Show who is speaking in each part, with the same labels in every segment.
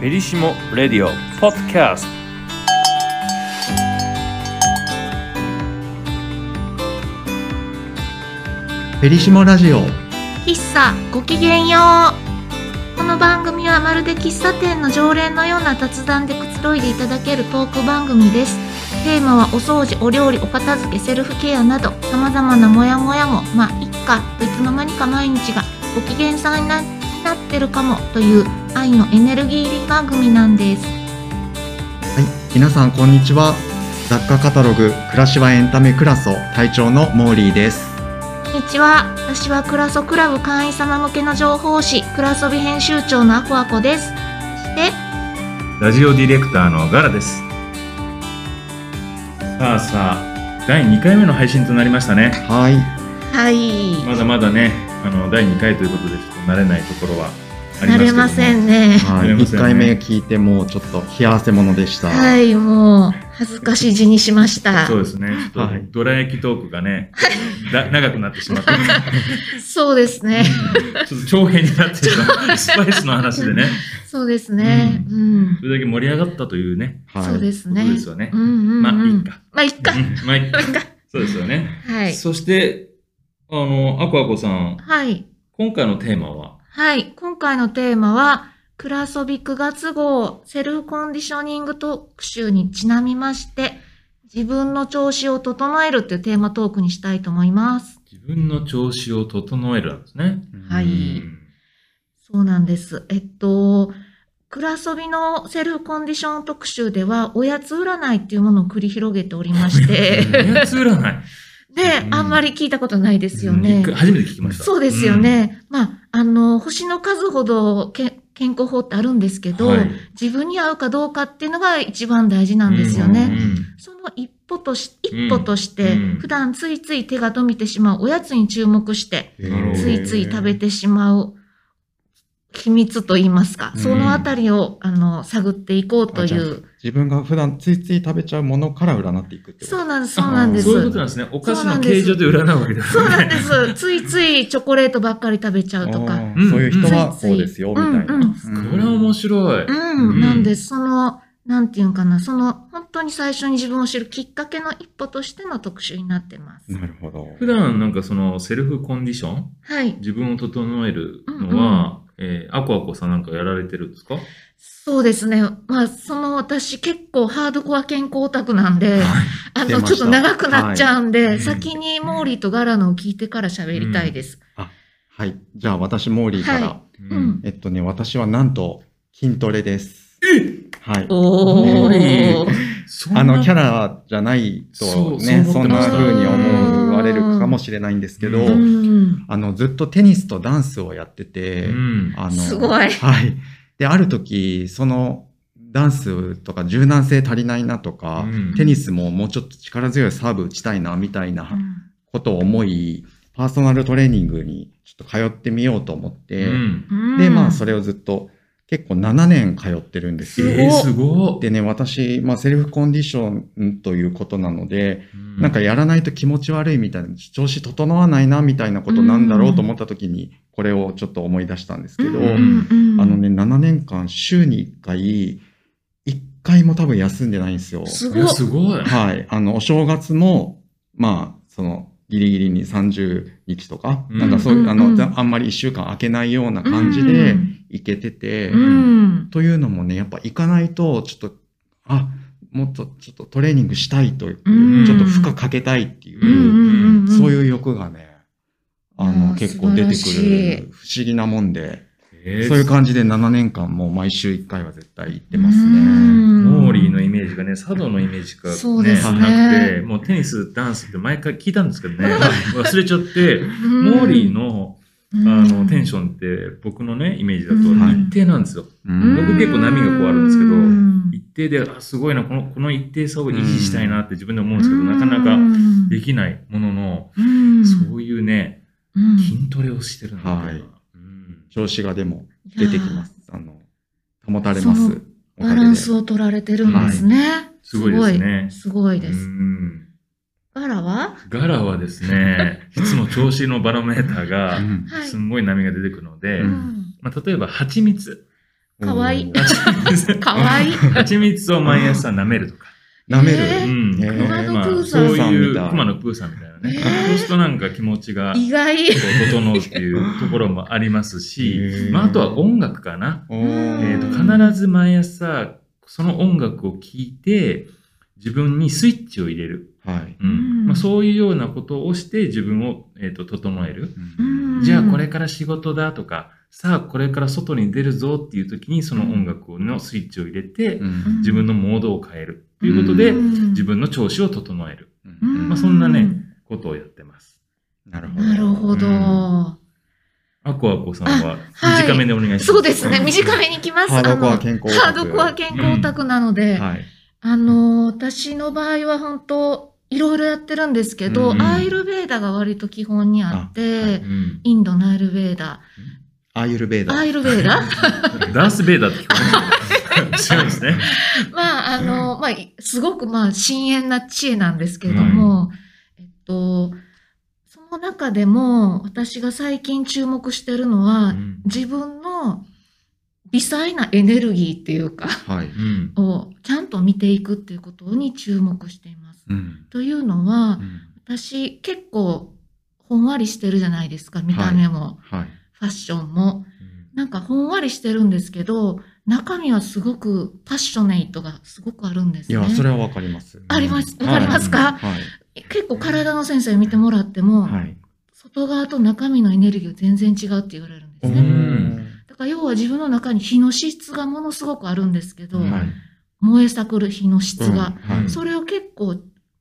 Speaker 1: メリシモ・レディオ・ポッドキャスト
Speaker 2: フェリシモラジオ
Speaker 3: 喫茶ごきげんようこの番組はまるで喫茶店の常連のような雑談でくつろいでいただけるトーク番組ですテーマはお掃除お料理お片付けセルフケアなどさまざまなモヤモヤもまあいっかといつの間にか毎日がご機嫌さんにななってるかもという愛のエネルギー入り番組なんです
Speaker 2: はい皆さんこんにちは雑貨カタログ暮らしはエンタメクラソ隊長のモーリーです
Speaker 3: こんにちは私はクラソクラブ会員様向けの情報誌クラソビ編集長のアコアコですそして
Speaker 4: ラジオディレクターのガラです。さあさあ、第2回目の配信となりましたね。
Speaker 2: はい
Speaker 3: はい
Speaker 4: まだまだね、あの第2回ということで、ちょっと慣れないところはあります
Speaker 3: 慣
Speaker 4: け
Speaker 3: れ
Speaker 4: ども
Speaker 3: ませんね
Speaker 2: はい、
Speaker 4: やりま
Speaker 2: 一
Speaker 4: すよね
Speaker 2: 回目聞いてもうちょっと冷や汗ものでした、、
Speaker 3: はいい、もう恥ずかしい字にしました。
Speaker 4: そうですね。ちょっと
Speaker 2: はい
Speaker 4: ドラ焼きトークがね、 だ長くなってしまって、
Speaker 3: そうですね。
Speaker 4: ちょっと長編になってしま う。スパイスの話でね、
Speaker 3: そうですね。うん
Speaker 4: そ。れだけ盛り上がったというね、
Speaker 3: そうですす
Speaker 4: こと
Speaker 3: ね。
Speaker 4: ですよね
Speaker 3: う。んうんうん。
Speaker 4: まあ、いいか。
Speaker 3: まあ、いっか。
Speaker 4: うんまあ、いいか。そうですよね。
Speaker 3: はい。
Speaker 4: そして、あの、アコアコさん、
Speaker 3: はい。
Speaker 4: 今回のテーマは、
Speaker 3: はい。今回のテーマは、クラソビ9月号セルフコンディショニング特集にちなみまして、自分の調子を整えるっていうテーマトークにしたいと思います。
Speaker 4: 自分の調子を整えるなんですね。
Speaker 3: は
Speaker 4: う
Speaker 3: い
Speaker 4: ん
Speaker 3: そうなんです。えっと、クラソビのセルフコンディション特集では、おやつ占いっていうものを繰り広げておりまし
Speaker 4: お
Speaker 3: て、
Speaker 4: やつ占い。
Speaker 3: で
Speaker 4: う、ん
Speaker 3: あんまり聞いたことないですよ
Speaker 4: うん一
Speaker 3: ね。
Speaker 4: 回初めて聞きました。
Speaker 3: そうですよね。まあ、あの、星の数ほどけ健康法ってあるんですけ
Speaker 4: うん。
Speaker 3: ど、
Speaker 4: はい
Speaker 3: 自分に合うかどうかっていうのが一番大事なんですよね。
Speaker 4: うんうんうん
Speaker 3: その一歩とし、
Speaker 4: うん
Speaker 3: 一歩として、
Speaker 4: うん
Speaker 3: 普段ついつい手が伸びてしまうおやつに注目して、
Speaker 4: うん
Speaker 3: ついつい食べてしまう秘密といいますか、
Speaker 2: うん
Speaker 3: そのあたりをあの探っていこうと
Speaker 2: あ
Speaker 3: い
Speaker 2: じゃあ
Speaker 3: う。
Speaker 2: 自分が普段ついつい食べちゃうものから占っていくってこと
Speaker 3: そうなんです、そうなんで
Speaker 2: あ
Speaker 3: す。
Speaker 4: そういうこ
Speaker 3: そ
Speaker 4: となんですね。お菓子の形状で占うわけですね。
Speaker 3: うなんです。ついついチョコレートばっかり食べちゃうと
Speaker 2: あ
Speaker 3: か。
Speaker 2: ーそういう人は
Speaker 3: ついつい
Speaker 2: こうですよ、みたいな、
Speaker 3: うんうん
Speaker 2: うん
Speaker 4: これは面白い。
Speaker 3: うん、
Speaker 4: うん
Speaker 3: なんです。その、なんていうんかな、その、本当に最初に自分を知るきっかけの一歩としての特集になってます。
Speaker 2: なるほど
Speaker 4: 普段なんかそのセルフコンディション
Speaker 3: はい。
Speaker 4: 自分を整えるのは、えーアコアコさんなんかやられてるんですか
Speaker 3: そうですね。まあ、その私結構ハードコア健康オタクなんで、あ
Speaker 2: 出
Speaker 3: の、
Speaker 2: ま
Speaker 3: ちょ
Speaker 2: し
Speaker 3: ったと長くなっちゃうんで、
Speaker 4: はい
Speaker 3: 先にモーリーとガラのを聞いてから喋りたいです。
Speaker 2: はいじゃあ私モーリーから、
Speaker 3: は
Speaker 4: う
Speaker 3: うん。
Speaker 2: えっとね私はなんと筋トレですはい
Speaker 3: お
Speaker 4: ね
Speaker 3: ー。
Speaker 4: そんな
Speaker 2: あの、キャラじゃない
Speaker 4: そ
Speaker 2: と
Speaker 4: う
Speaker 2: ね、
Speaker 4: そう
Speaker 2: そ
Speaker 4: 思っ
Speaker 2: ん
Speaker 4: てま
Speaker 2: な
Speaker 4: した
Speaker 2: 風に思われるかもしれないんですけど、
Speaker 4: う
Speaker 3: うん。
Speaker 2: あの、ずっとテニスとダンスをやってて、
Speaker 4: うん。
Speaker 2: あの、
Speaker 3: すごい
Speaker 2: はい。で、ある時、その、ダンスとか柔軟性足りないなとか、
Speaker 4: うん
Speaker 2: テニスももうちょっと力強いサーブ打ちたいな、みたいなことを思い、パーソナルトレーニングにちょっと通ってみようと思って、
Speaker 4: うん。
Speaker 2: で、まあ、そ
Speaker 3: れ。
Speaker 2: れをずっと、結構7年通ってるんです
Speaker 4: え
Speaker 2: よ。
Speaker 4: ー、すごい。
Speaker 2: でね、私、まあ、セルフコンディションということなので、なんかやらないと気持ち悪いみたいな、調子整わないなみたいなことなんだろうと思った時に、これをちょっと思い出したんですけど、
Speaker 3: うんうん
Speaker 2: あのね、7年間週に1回、1回も多分休んでないんですよ。
Speaker 3: す
Speaker 4: い
Speaker 3: ごい
Speaker 4: や。すごい。
Speaker 2: はい。あの、お正月も、まあ、その、ギリギリに30日とか、
Speaker 4: うん
Speaker 2: なんかそういう、あ
Speaker 3: うんう
Speaker 2: の、
Speaker 3: ん
Speaker 2: ざあんまり1週間空けないような感じで
Speaker 3: う、ん
Speaker 2: 行けてて、
Speaker 3: うん。
Speaker 2: というのもね、やっぱ行かないと、ちょっと、あ、もっとちょっとトレーニングしたいという、
Speaker 3: うん
Speaker 2: ちょっと負荷かけたいっていう、
Speaker 3: うんうんうん。
Speaker 2: そう
Speaker 3: う。
Speaker 2: いう欲がね、あ
Speaker 3: あ
Speaker 2: の、
Speaker 3: ー
Speaker 2: 結構出て
Speaker 3: 素晴らし
Speaker 2: くる、不思議なもんで、
Speaker 4: えー
Speaker 2: そういう感じで7年間もう毎週1回は絶対行って
Speaker 3: 出
Speaker 2: ますね。
Speaker 4: モーリーのイメージがね、茶道のイメージが、ね、
Speaker 3: そうですね
Speaker 4: なくて、もうテニス、ダンスって毎回聞いたんですけどね、忘れちゃって、モーリーのあのテンションって僕のね、イメージだと
Speaker 3: うん
Speaker 4: 一定なんですよ。
Speaker 2: う
Speaker 3: うん
Speaker 4: 僕結構波がこうあるんですけど
Speaker 3: うん
Speaker 4: 一定で、あ、すごいな、このこの一定差を維持したいなって自分で思うんですけど、なかなかできないものの、
Speaker 3: うん
Speaker 4: そういうね、
Speaker 3: うん
Speaker 4: 筋トレをしてるんだよな
Speaker 2: はい
Speaker 4: うん
Speaker 2: 調子がでも出てきます。あの、保たれ
Speaker 3: そ
Speaker 2: ま
Speaker 3: の
Speaker 2: す。お
Speaker 3: バ
Speaker 2: か
Speaker 3: ラ
Speaker 2: げ
Speaker 3: ン
Speaker 2: で。
Speaker 3: スを取られてるんですね。
Speaker 4: すごいですね
Speaker 3: すごいです
Speaker 4: う。ん
Speaker 3: バラは
Speaker 4: ガラはですね、いつも調子のバロメーターが
Speaker 2: う、ん
Speaker 3: はい
Speaker 4: すんごい波が出てくるので、
Speaker 2: うん
Speaker 3: うん
Speaker 4: まあ、例えば蜂蜜。
Speaker 3: かわいい
Speaker 2: うん
Speaker 3: かわいい。
Speaker 4: 蜂蜜を毎朝舐めるとか。
Speaker 2: 舐める。
Speaker 3: え
Speaker 4: う
Speaker 3: ー
Speaker 4: ん。
Speaker 2: えー
Speaker 4: まあ
Speaker 3: 熊野プー
Speaker 4: そ
Speaker 3: さ
Speaker 4: うんいう
Speaker 2: みたい
Speaker 4: 熊野プーさんみたいなね。
Speaker 3: えー
Speaker 4: そうするとなんか気持ちがこ
Speaker 3: 意外。
Speaker 4: う整うっていうところもありますし、
Speaker 2: へー
Speaker 4: まああとは音楽かな。
Speaker 2: お
Speaker 3: う
Speaker 4: えー
Speaker 2: ー
Speaker 3: ん
Speaker 4: と必ず毎朝その音楽を聴いて自分にスイッチを入れる。
Speaker 2: はい。
Speaker 4: うん
Speaker 3: うん
Speaker 4: まあ、そういうようなことをして自分を、えー、と整える。
Speaker 3: うん
Speaker 4: じゃあこれから仕事だとか、さあこれから外に出るぞっていう時にその音楽のスイッチを入れて、
Speaker 2: うん
Speaker 4: 自分のモードを変えるということで、
Speaker 2: うん
Speaker 4: 自分の調子を整える
Speaker 3: うん
Speaker 4: まあそんなねことをやってます。
Speaker 2: なるほど。
Speaker 3: なるほど。
Speaker 4: アコアコさんは
Speaker 3: あはい
Speaker 4: 短めでお願いします。
Speaker 3: そうですね。短めに来ます。
Speaker 2: ハードコ
Speaker 3: あ
Speaker 2: ア
Speaker 3: の
Speaker 2: 健康
Speaker 3: ハードコア健康オタクなので、
Speaker 2: はい。
Speaker 3: あの、私の場合は本当、いろいろやってるんですけど、
Speaker 4: うん
Speaker 3: アイルベーダが割と基本にあって、
Speaker 2: あは
Speaker 4: うん。
Speaker 3: インドのアイルベーダ。
Speaker 2: アーユルベーダ。
Speaker 3: アイルベーダ
Speaker 4: ダース・ベイダーって聞こえ ますけど違うんですね。
Speaker 3: まあ、あの、まあ、いすごくまあ、深遠な知恵なんですけれども、えっと、その中でも、私が最近注目してるのは、
Speaker 4: うん
Speaker 3: 自分の微細なエネルギーっていうか、
Speaker 2: はい。
Speaker 4: うん
Speaker 3: をちゃんと見ていくっていうことに注目しています。
Speaker 2: うん。
Speaker 3: というのは、私結構ほんわりしてるじゃないですか、見た目も、
Speaker 2: はい。
Speaker 3: ファッションも。なんかほんわりしてるんですけど、中身はすごくパッショネイトがすごくあるんです
Speaker 2: い
Speaker 3: ね。
Speaker 2: や、それはわかります。
Speaker 3: あります。
Speaker 2: うん
Speaker 3: わかりますか、
Speaker 2: はい。
Speaker 3: 結構体の先生見てもらっても、
Speaker 2: はい。
Speaker 3: 外側と中身のエネルギーが全然違うって言われるんで
Speaker 4: う
Speaker 3: すね。
Speaker 4: ん
Speaker 3: だから要は自分の中に火の質がものすごくあるんですけど、
Speaker 4: うん
Speaker 2: はい
Speaker 3: 燃え盛る火の質が、
Speaker 2: うんはい
Speaker 3: それを結構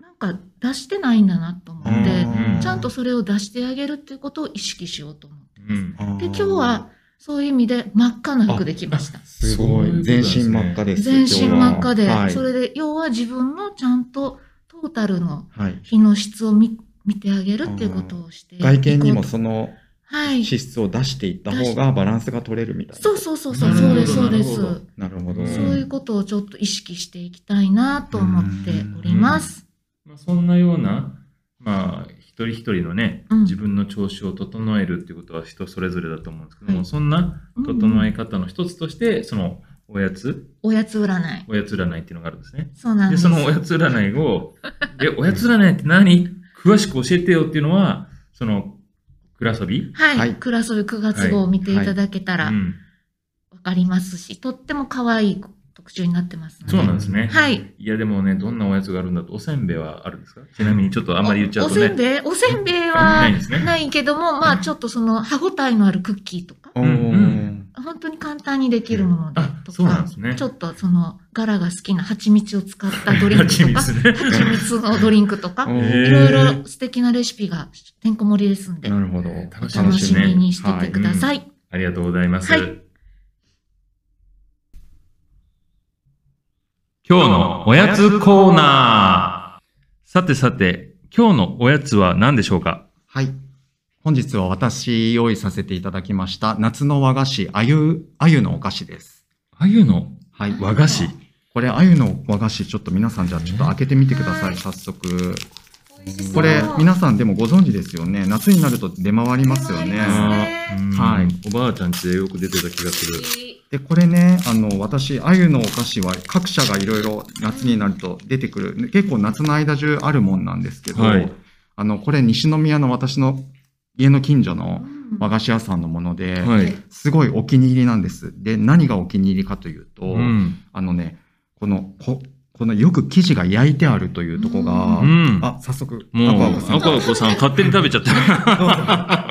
Speaker 3: なんか出してないんだなと思
Speaker 2: うん
Speaker 3: って、
Speaker 4: うん
Speaker 3: ちゃんとそれを出してあげるっていうことを意識しようと思って
Speaker 4: う
Speaker 3: ます。
Speaker 4: ん
Speaker 3: で、今日はそういう意味で真っ赤な服できました。
Speaker 2: すごい。全身真っ赤です。
Speaker 3: 全身真っ赤で、
Speaker 2: 今日ははい。
Speaker 3: それで要は自分のちゃんとトータルの
Speaker 2: はい。
Speaker 3: 日の質を見見てあげるっていうことをしていこうと
Speaker 2: 外見にもその
Speaker 3: は
Speaker 2: 脂
Speaker 3: い。
Speaker 2: 質を出していった方がバランスが取れるみたいな。
Speaker 3: そうそうそうそう、
Speaker 4: なる
Speaker 3: そう
Speaker 4: ほど
Speaker 3: です、そうです。
Speaker 4: なるほ
Speaker 3: そ
Speaker 2: なるほど。
Speaker 3: う
Speaker 4: ど
Speaker 3: いうことをちょっと意識していきたいなと思っております。
Speaker 4: まあ、そんなような、まあ、一人一人のね、
Speaker 3: うん
Speaker 4: 自分の調子を整えるっていうことは人それぞれだと思うんですけども、
Speaker 3: はい
Speaker 4: そんな整え方の一つとして、そのおやつ、
Speaker 3: おやつ占い。
Speaker 4: おやつ占いっていうのがあるんですね。
Speaker 3: そうなん
Speaker 4: で、
Speaker 3: です。
Speaker 4: そのおやつ占いを、で、おやつ占いって何詳しく教えてよっていうのは、その、くらそび、
Speaker 3: は。
Speaker 2: はいい
Speaker 3: クラソビ9月号を見ていただけた
Speaker 4: う
Speaker 3: らわ
Speaker 4: ん、
Speaker 3: かりますし、とっても可愛い特集になってますので。
Speaker 4: そうなんですね。
Speaker 3: はい。
Speaker 4: いや、でもね、どんなおやつがあるんだと、おせんべいはあるんですかちなみにちょっとあ
Speaker 3: あ
Speaker 4: んまり言っちゃうと
Speaker 3: おせ
Speaker 4: ね。
Speaker 3: んべいおせんべい
Speaker 4: な
Speaker 3: はい
Speaker 4: んですね。
Speaker 3: ないけども、まあちょっとその歯ごたえのあるクッキーとか、
Speaker 2: うんうん
Speaker 3: 本当に簡単にできるもので
Speaker 4: あ、
Speaker 3: と
Speaker 4: そうなん
Speaker 3: か
Speaker 4: で、すね。
Speaker 3: ちょっとその柄が好きな蜂蜜を使ったドリンク
Speaker 4: 蜂
Speaker 3: とか、
Speaker 4: 蜜ね。
Speaker 3: 蜂蜜のドリンクとか、
Speaker 2: うん
Speaker 4: へー
Speaker 3: いろいろ素敵なレシピがてんこ盛りですんで、
Speaker 2: なるほど。
Speaker 4: 楽
Speaker 3: お楽し
Speaker 4: みですね
Speaker 3: みにしててください。
Speaker 4: ありがとうございます。
Speaker 3: はい
Speaker 4: 今日のおやつコーナー。さてさて、今日のおやつは何でしょうか
Speaker 2: はい。本日は私用意させていただきました夏の和菓子、あゆ、あゆのお菓子です。
Speaker 4: あゆの
Speaker 2: はい。
Speaker 4: 和菓子。
Speaker 2: これ、あゆの和菓子、ちょっと皆さんじゃあちょっと開けてみてくださ
Speaker 3: はい
Speaker 2: い、早速。
Speaker 3: 美味しそう
Speaker 2: これ、皆さんでもご存知ですよね。夏になると出回りますよ
Speaker 3: 出
Speaker 2: ね。
Speaker 3: 回ります
Speaker 4: うん
Speaker 2: はい
Speaker 4: おばあちゃんちでよく出てた気がする。
Speaker 2: で、これね、あの、私、あゆのお菓子は各社がいろいろ夏になると出てくる、結構夏の間中あるもんなんですけど、
Speaker 4: はい
Speaker 2: あの、これ西宮の私の家の近所
Speaker 3: う
Speaker 2: の
Speaker 3: ん
Speaker 2: 和菓子屋さんのもので、
Speaker 4: はい。
Speaker 2: すごいお気に入りなんです。で、何がお気に入りかというと、
Speaker 4: うん。
Speaker 2: あのね、この、こ、このよく生地が焼いてあるというとこが、
Speaker 4: うん。
Speaker 2: あ、早速、
Speaker 4: もう、
Speaker 2: アコアコさん
Speaker 4: アコアコさん勝手に食べちゃ った。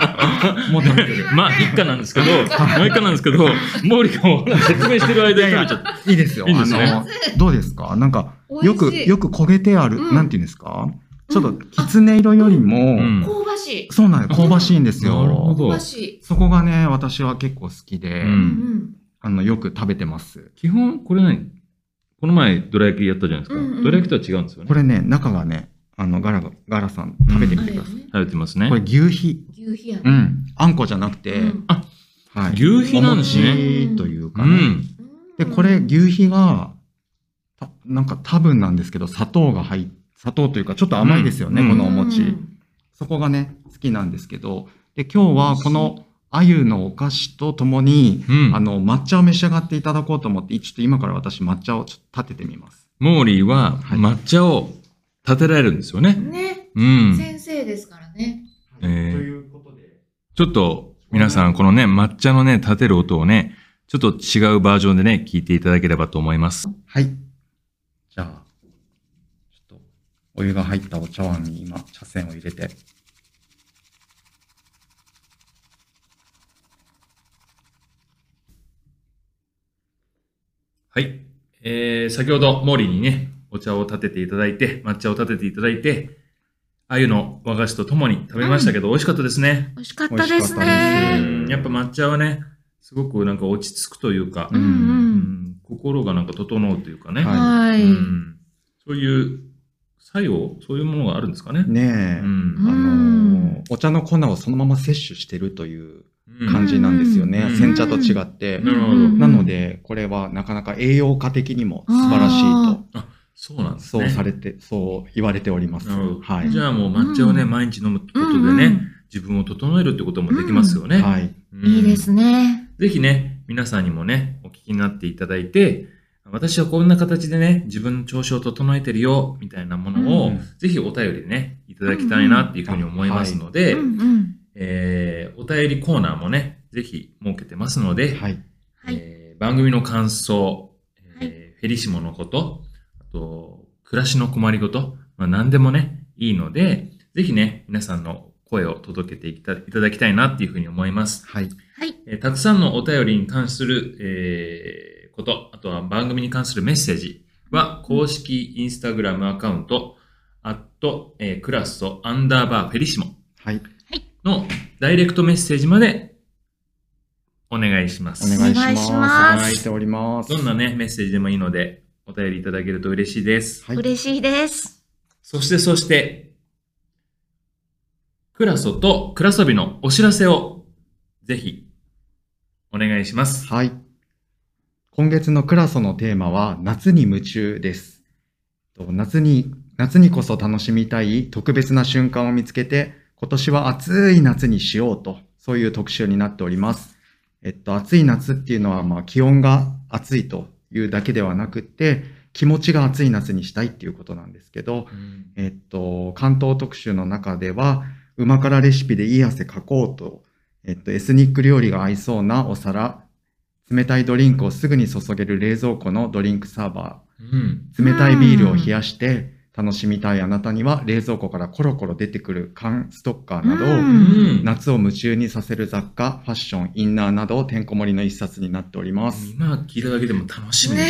Speaker 2: もう食べてる。
Speaker 4: まあ、一家なんですけど、まあ、一家なんですけど、毛利君が説明してる間に食べちゃった。
Speaker 2: いいですよ。
Speaker 4: いいですね
Speaker 2: あの、どうですかなんか、
Speaker 3: 美味しい
Speaker 2: よく、よく焦げてある、
Speaker 3: うん
Speaker 2: なんていうんですかちょっ
Speaker 3: う
Speaker 2: と、
Speaker 3: ん
Speaker 2: きつね色よりも、
Speaker 4: うん
Speaker 3: 香ばしい。
Speaker 2: そうなんです。香ばしいんですよ。
Speaker 4: なるほど
Speaker 3: 香ばしい。
Speaker 2: そこがね、私は結構好きで、
Speaker 4: うん
Speaker 3: うん
Speaker 2: あの、よく食べてます。
Speaker 4: 基本、これ何この前、どら焼きやったじゃないですか。
Speaker 3: うんうん
Speaker 4: どら焼きとは違うんですよね。
Speaker 2: これね、中がね、あの、ガラガ、ガラさん、食べて
Speaker 3: うん。
Speaker 2: み
Speaker 3: あ
Speaker 2: て
Speaker 3: れ
Speaker 2: く
Speaker 3: よ
Speaker 2: ださい。
Speaker 3: ね。
Speaker 4: 食べてますね。
Speaker 2: これ、牛皮。
Speaker 3: 牛皮やね
Speaker 2: うん。あんこじゃなくて、
Speaker 3: うん
Speaker 2: はい。
Speaker 4: 牛皮なんですね。
Speaker 2: お餅という
Speaker 4: う
Speaker 2: かね。
Speaker 4: ん。
Speaker 2: で、これ、牛皮が、たなんか多分なんですけど、砂糖が入っ砂糖というか、ちょっと甘いですよね、
Speaker 4: うん
Speaker 2: このお餅。
Speaker 3: うん
Speaker 2: そこがね、好きなんですけど、で、今日はこの鮎のお菓子とともに、
Speaker 4: うん
Speaker 2: あの、抹茶を召し上がっていただこうと思って、ちょっと今から私抹茶をちょっと立ててみます。
Speaker 4: モーリーは
Speaker 2: はい
Speaker 4: 抹茶を立てられるんですよね。
Speaker 3: ね、
Speaker 4: うん。
Speaker 3: 先生ですからね。
Speaker 4: えーと
Speaker 2: いうことで、
Speaker 4: ちょっと皆さんこのね、抹茶のね、立てる音をね、ちょっと違うバージョンでね、聞いていただければと思います。
Speaker 2: はい。じゃあ、ちょっと、お湯が入ったお茶碗に今、茶筅を入れて。
Speaker 4: はい。えー、先ほど、モーリーにね、お茶を立てていただいて、抹茶を立てていただいて、鮎の和菓子とともに食べましたけど、美味しかったですね。
Speaker 3: 美味しかったです
Speaker 2: 美味しかった
Speaker 4: う
Speaker 2: で
Speaker 3: ね。
Speaker 4: ん、やっぱ抹茶はね、すごくなんか落ち着くというか
Speaker 3: う、ん
Speaker 4: う
Speaker 3: うん。
Speaker 4: ん、心がなんか整うというかね、
Speaker 3: は
Speaker 4: う
Speaker 3: い。
Speaker 4: ん、そういう作用、そういうものがあるんですかね。う
Speaker 2: ねえ、
Speaker 4: ん。
Speaker 2: あ
Speaker 3: う
Speaker 2: のーお茶の粉をそのまま摂取してるという
Speaker 4: うん
Speaker 2: 感じなんですよね。
Speaker 4: うん
Speaker 2: 煎茶と違って
Speaker 4: う。ん
Speaker 2: なの、で、これはなかなか栄養価的にも素晴らしいと、
Speaker 4: そうなんです
Speaker 2: そ
Speaker 4: ね。
Speaker 2: うされて、そう言われております。
Speaker 4: なるほど
Speaker 2: はい。
Speaker 4: じゃあもう抹茶をね、毎日飲むこと
Speaker 3: うん
Speaker 4: で
Speaker 3: うん
Speaker 4: ね、自分を整えるってこともできますよね。
Speaker 2: はい。
Speaker 4: うん
Speaker 3: いいですね。
Speaker 4: ぜひね、皆さんにもね、お聞きになっていただいて、私はこんな形でね、自分の調子を整えてるよ、みたいなものを、
Speaker 2: うん
Speaker 4: ぜひお便りでね、いただきたいなっていうふうに思いますので、
Speaker 3: うんうん。
Speaker 4: えーお便りコーナーもね、ぜひ設けてますので、
Speaker 2: はい。
Speaker 3: はい。
Speaker 4: えー番組の感想、えー
Speaker 3: はい
Speaker 4: フェリシモのこと、あと、暮らしの困りごと、まあ、何でもね、いいので、ぜひね、皆さんの声を届けていたいただきたいなっていうふうに思います。
Speaker 2: はい。
Speaker 3: はい。
Speaker 4: えーたくさんのお便りに関する、えーこと、あとは番組に関するメッセージは、公式インスタグラムアカウント、アット、えークラスとアンダーバーフェリシモ
Speaker 2: はい。
Speaker 4: のダイレクトメッセージまでお願いします。
Speaker 2: お願いし
Speaker 3: お願い
Speaker 2: ま
Speaker 3: し
Speaker 2: す。
Speaker 3: ます
Speaker 2: お願いしております。
Speaker 4: どんなね、メッセージでもいいので、お便りいただけると嬉しいです。
Speaker 2: はい。
Speaker 3: 嬉しいです。
Speaker 4: そして、そして、クラソとクラソビのお知らせを、ぜひ、お願いします。
Speaker 2: はい。今月のクラソのテーマは、夏に夢中です。と夏に、夏にこそ楽しみたい特別な瞬間を見つけて、今年は暑い夏にしようと、そういう特集になっております。えっと、暑い夏っていうのは、まあ、気温が暑いというだけではなくて、気持ちが暑い夏にしたいっていうことなんですけど、えっと、関東特集の中では、旨辛レシピでいい汗かこうと、えっと、エスニック料理が合いそうなお皿、冷たいドリンクをすぐに注げる冷蔵庫のドリンクサーバ
Speaker 4: うん。
Speaker 2: ー、冷たいビールを冷やして楽しみたいあなたには、冷蔵庫からコロコロ出てくる缶ストッカーな
Speaker 3: う
Speaker 4: う
Speaker 2: どを、
Speaker 4: ん。
Speaker 2: 夏を夢中にさせる雑貨、ファッション、インナーなどをてんこ盛りの一冊になっております。
Speaker 4: 今聞いただけでも楽しみ
Speaker 3: ね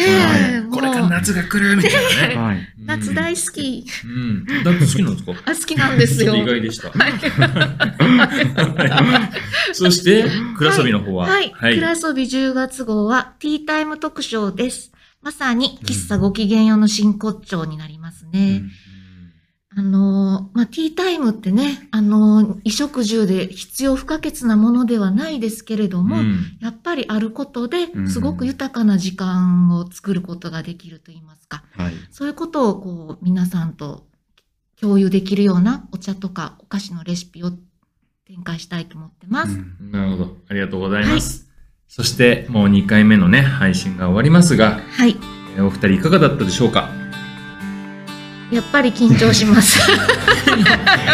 Speaker 2: え
Speaker 4: はいこれから夏が来るみたいなね。
Speaker 2: はい。
Speaker 4: うん
Speaker 3: 夏大好。き。
Speaker 4: うん。だって好きなんですか
Speaker 3: あ、好きなんです よ。
Speaker 4: ちょっと
Speaker 3: は
Speaker 4: 意外
Speaker 3: い。
Speaker 4: で した。そして、クラソビの方は、
Speaker 3: はい。
Speaker 4: はい。
Speaker 3: クラソビ10月号はティータイム特集です。まさに喫茶ご機嫌用の真骨頂になりますね。
Speaker 4: うん
Speaker 3: あのーまあ、ティータイムってね、あのー衣食住で必要不可欠なものではないですけれども、
Speaker 4: うん
Speaker 3: やっぱりあることで
Speaker 2: う、ん
Speaker 3: すごく豊かな時間を作ることができると言いますか、
Speaker 2: はい。
Speaker 3: そういうことをこう、皆さんと共有できるようなお茶とかお菓子のレシピを展開したいと思ってます。
Speaker 2: うん
Speaker 4: なるほど。ありがとうございます。そして、もう2回目のね、配信が終わりますが、
Speaker 3: はい。
Speaker 4: えーお二人いかがだったでしょう か
Speaker 3: やっぱり緊張します。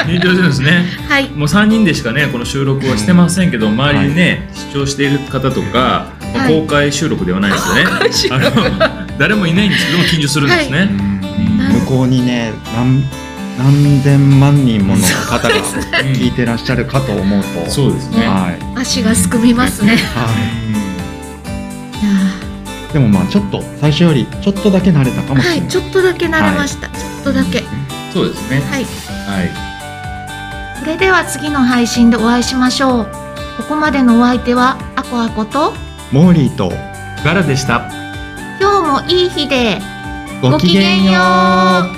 Speaker 4: 緊張するんですね。
Speaker 3: はい。
Speaker 4: もう3人でしかね、この収録はしてませんけど、周りにね、視聴している方とか、まあ
Speaker 3: はい
Speaker 4: 公開収録ではないですよね。あの 誰もいないんですけども、緊張するんですね。
Speaker 2: 向こうにね何何千万人もの方
Speaker 4: う
Speaker 2: が
Speaker 4: ん
Speaker 2: 聞いてらっしゃるかと思うと、
Speaker 4: そうですね。
Speaker 2: はい、
Speaker 3: 足がすくみますね。い
Speaker 2: は
Speaker 4: う
Speaker 3: やー
Speaker 2: い、でもまあちょっと最初よりちょっとだけ慣れたかもし
Speaker 3: は、
Speaker 2: れないい、
Speaker 3: ちょっとだけ慣れました。ちょっとだけ。
Speaker 4: んそうですね。
Speaker 3: はい。
Speaker 4: はい。
Speaker 3: それでは次の配信でお会いしましょう。ここまでのお相手はアコアコと
Speaker 2: モーリーと
Speaker 4: ガラでした。
Speaker 3: 今日もいい日で
Speaker 2: ごきげんよう
Speaker 3: う。